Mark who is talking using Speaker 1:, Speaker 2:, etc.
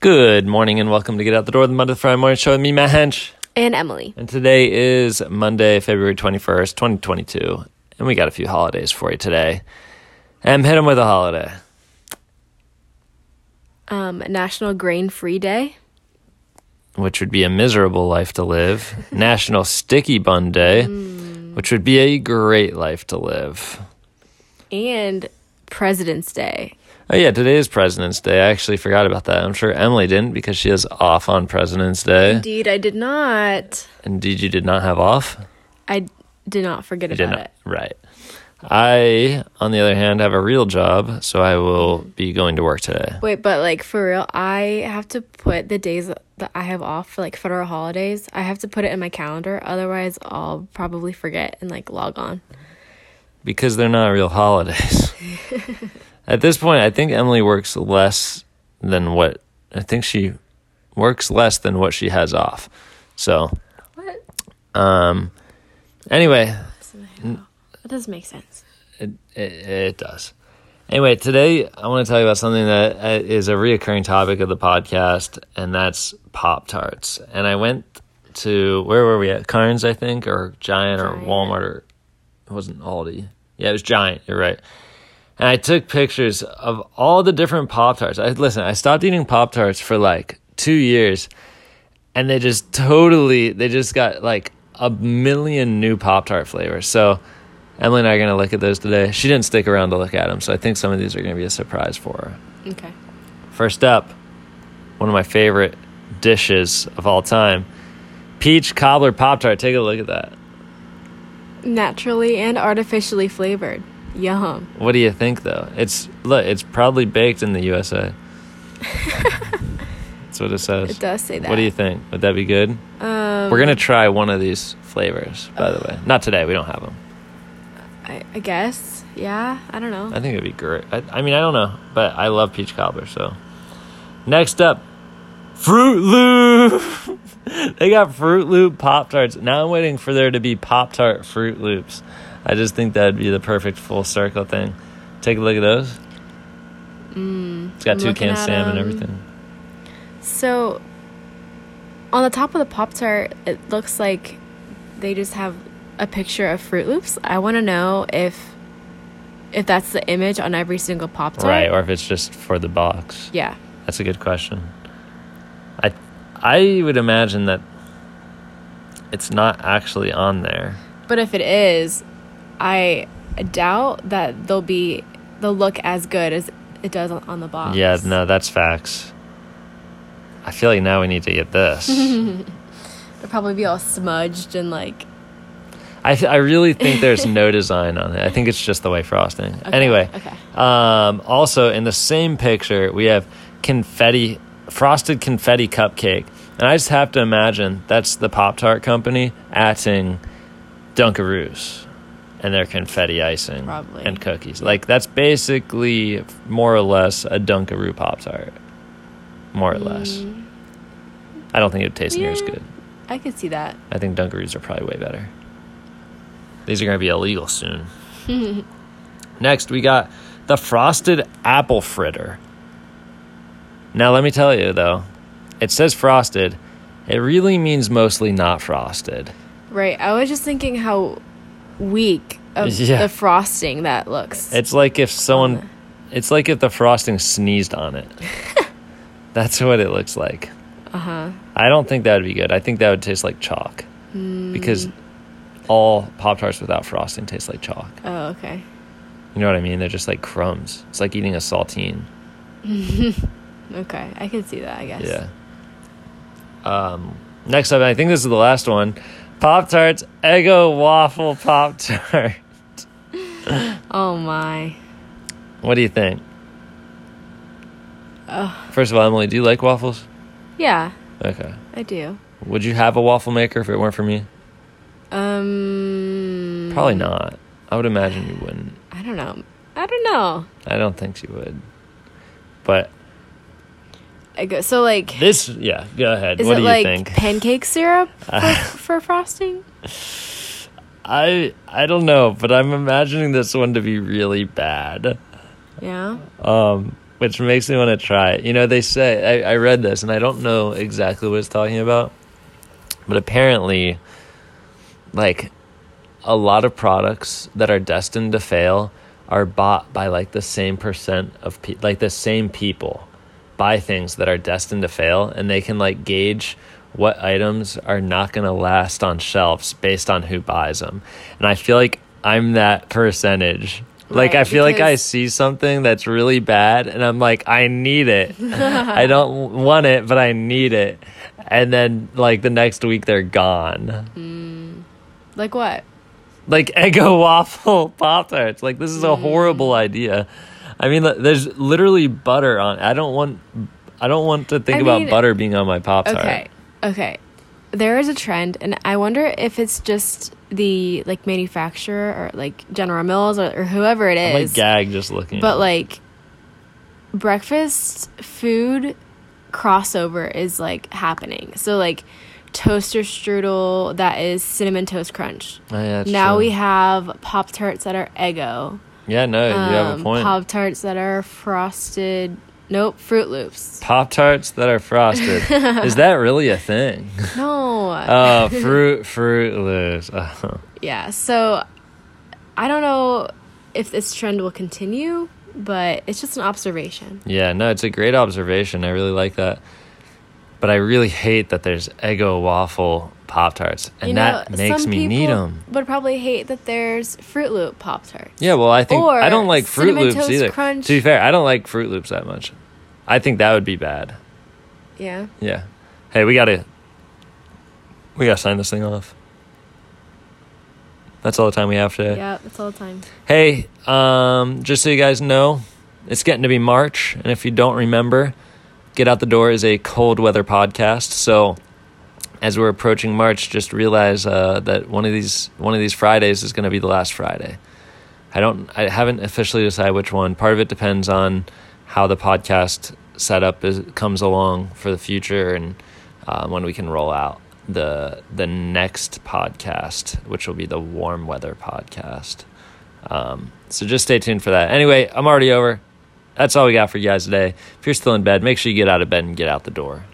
Speaker 1: Good morning and welcome to Get Out the Door, the Monday to Friday morning show with me, Matt Hench.
Speaker 2: and Emily.
Speaker 1: And today is Monday, February 21st, 2022. And we got a few holidays for you today. And hit them with a holiday.
Speaker 2: Um, National Grain Free Day.
Speaker 1: which would be a miserable life to live, National Sticky Bun Day, which would be a great life to live.
Speaker 2: and President's Day.
Speaker 1: Oh, yeah, today is President's Day. I actually forgot about that. I'm sure Emily didn't because she is off on President's Day.
Speaker 2: Indeed, I did not.
Speaker 1: Indeed, you did not have off.
Speaker 2: I did not forget
Speaker 1: You did
Speaker 2: about
Speaker 1: not.
Speaker 2: it.
Speaker 1: Right. I, on the other hand, have a real job, so I will be going to work today.
Speaker 2: Wait, but like for real, I have to put the days that I have off for like federal holidays. I have to put it in my calendar, otherwise I'll probably forget and like log on.
Speaker 1: because they're not real holidays. At this point, I think Emily works less than what I think she works less than what she has off. So,
Speaker 2: What?
Speaker 1: um, anyway,
Speaker 2: That doesn't make sense.
Speaker 1: it, it, it does. Anyway, today I want to tell you about something that uh, is a reoccurring topic of the podcast, and that's Pop Tarts. And I went to where were we at? Carnes, I think, or Giant, or
Speaker 2: Giant.
Speaker 1: Walmart, or it wasn't Aldi. Yeah, it was Giant. You're right. And I took pictures of all the different Pop Tarts. I listen. I stopped eating Pop Tarts for like two years, and they just totally they just got like a million new pop tart flavors so emily and i are going to look at those today she didn't stick around to look at them so i think some of these are going to be a surprise for her
Speaker 2: Okay.
Speaker 1: first up one of my favorite dishes of all time peach cobbler pop tart take a look at that
Speaker 2: Naturally and artificially flavored. Yum.
Speaker 1: what do you think though it's look it's probably baked in the usa that's what it says
Speaker 2: It does say that.
Speaker 1: what do you think would that be good
Speaker 2: Um,
Speaker 1: we're going to try one of these flavors by the way not today we don't have them
Speaker 2: I, I guess. Yeah. I don't know.
Speaker 1: I think it'd be great. I, I mean, I don't know, but I love peach cobbler. So, next up, Fruit Loop. they got Fruit Loop Pop Tarts. Now I'm waiting for there to be Pop Tart Fruit Loops. I just think that'd be the perfect full circle thing. Take a look at those. it's got
Speaker 2: Mm, I'm
Speaker 1: two
Speaker 2: looking
Speaker 1: canned
Speaker 2: at um,
Speaker 1: salmon and
Speaker 2: 'em.
Speaker 1: everything.
Speaker 2: So, on the top of the Pop Tart, it looks like they just have a picture of Fruit Loops. I want to know if if that's the image on every single Pop Tart.
Speaker 1: Right, or if it's just for the box.
Speaker 2: yeah.
Speaker 1: That's a good question. I I would imagine that it's not actually on there.
Speaker 2: But if it is, I doubt that they'll be they'll look as good as it does on- on the box.
Speaker 1: Yeah, no, that's facts. I feel like now we need to get this.
Speaker 2: It'll probably be all smudged and like
Speaker 1: I, I really think there's no design on it. I think it's just the white frosting. anyway,
Speaker 2: okay.
Speaker 1: um, also in the same picture, we have confetti, frosted confetti cupcake. And I just have to imagine that's the Pop Tart company acting Dunkaroos and their confetti icing
Speaker 2: Probably.
Speaker 1: and cookies. Like, that's basically more or less a Dunkaroo Pop Tart. More or less.
Speaker 2: Mm.
Speaker 1: I don't think it would taste near as
Speaker 2: Yeah.
Speaker 1: good.
Speaker 2: I could see that.
Speaker 1: I think Dunkaroos are probably way better. These are going to be illegal soon. Next, we got the frosted apple fritter. Now, let me tell you though, it says frosted. It really means mostly not frosted.
Speaker 2: Right. I was just thinking how weak of
Speaker 1: Yeah.
Speaker 2: the frosting that looks.
Speaker 1: It's like if someone, it's like if the frosting sneezed on it. That's what it looks like.
Speaker 2: uh huh.
Speaker 1: I don't think that would be good. I think that would taste like chalk because all Pop Tarts without frosting taste like chalk.
Speaker 2: Oh, okay.
Speaker 1: You know what I mean? They're just like crumbs. It's like eating a saltine.
Speaker 2: Okay, I can see that. I guess.
Speaker 1: Yeah. Um, next up, I think this is the last one Pop Tarts, Eggo Waffle Pop Tart.
Speaker 2: Oh my.
Speaker 1: what do you think? First of all, Emily, do you like waffles?
Speaker 2: Yeah,
Speaker 1: Okay.
Speaker 2: I do.
Speaker 1: Would you have a waffle maker if it weren't for me?
Speaker 2: Um.
Speaker 1: Probably not. I would imagine you wouldn't.
Speaker 2: I don't know. I don't know.
Speaker 1: I don't think she would. But
Speaker 2: I go, so like,
Speaker 1: this, yeah, go ahead.
Speaker 2: is
Speaker 1: what
Speaker 2: it
Speaker 1: do you
Speaker 2: like
Speaker 1: think?
Speaker 2: pancake syrup for, for frosting?
Speaker 1: I I don't know, but I'm imagining this one to be really bad.
Speaker 2: Yeah.
Speaker 1: Um, which makes me want to try it. You know, they say, I, I read this and I don't know exactly what it's talking about, but apparently, like, a lot of products that are destined to fail are bought by like the same percent of pe- like the same people buy things that are destined to fail and they can like gauge what items are not going to last on shelves based on who buys them and i feel like i'm that percentage like
Speaker 2: Right,
Speaker 1: i feel like i
Speaker 2: because-
Speaker 1: see something that's really bad and i'm like i need it i don't want it but i need it and then like the next week they're gone
Speaker 2: Like what?
Speaker 1: like Eggo waffle pop tarts. Like this is a
Speaker 2: Mm.
Speaker 1: horrible idea. I mean, li- there's literally butter on. I don't want. I don't want to think
Speaker 2: I
Speaker 1: about
Speaker 2: mean-
Speaker 1: butter being on my pop tart.
Speaker 2: Okay. Okay. There is a trend and I wonder if it's just the like manufacturer or like General Mills or, or whoever it
Speaker 1: I'm like
Speaker 2: is.
Speaker 1: gag just looking. at
Speaker 2: But
Speaker 1: it.
Speaker 2: like breakfast food crossover is like happening. So like toaster strudel that is cinnamon toast crunch.
Speaker 1: Oh, yeah, it's
Speaker 2: now
Speaker 1: true.
Speaker 2: we have pop tarts that are Eggo. Um,
Speaker 1: Yeah, no, you have a point.
Speaker 2: Pop tarts that are frosted. Nope, Fruit Loops.
Speaker 1: Pop tarts that are frosted. is that really a thing?
Speaker 2: No.
Speaker 1: Oh, fruit fruit loops. Oh.
Speaker 2: yeah. So I don't know if this trend will continue, but it's just an observation.
Speaker 1: Yeah, no, it's a great observation. I really like that. But I really hate that there's Eggo waffle pop tarts, and that makes
Speaker 2: some
Speaker 1: me need 'em. need
Speaker 2: people
Speaker 1: them.
Speaker 2: Would probably hate that there's Fruit Loop Pop Tart.
Speaker 1: Yeah, well, I think I
Speaker 2: Or
Speaker 1: don't like Fruit
Speaker 2: Cinnamon
Speaker 1: Loops
Speaker 2: Toast
Speaker 1: either.
Speaker 2: Crunch.
Speaker 1: To be fair, I don't like Fruit Loops that much. I think that would be bad.
Speaker 2: Yeah.
Speaker 1: Yeah. Hey, we gotta we gotta sign this thing off. That's all the time we have today.
Speaker 2: Yeah, that's all the time.
Speaker 1: Hey, um, just so you guys know, it's getting to be March, and if you don't remember, Get Out the Door is a cold weather podcast. So, as we're approaching March, just realize uh, that one of these one of these Fridays is going to be the last Friday. I don't, I haven't officially decided which one. Part of it depends on how the podcast setup is, comes along for the future and uh, when we can roll out the the next podcast, which will be the warm weather podcast. Um, so just stay tuned for that. Anyway, I'm already over. That's all we got for you guys today. If you're still in bed, make sure you get out of bed and get out the door.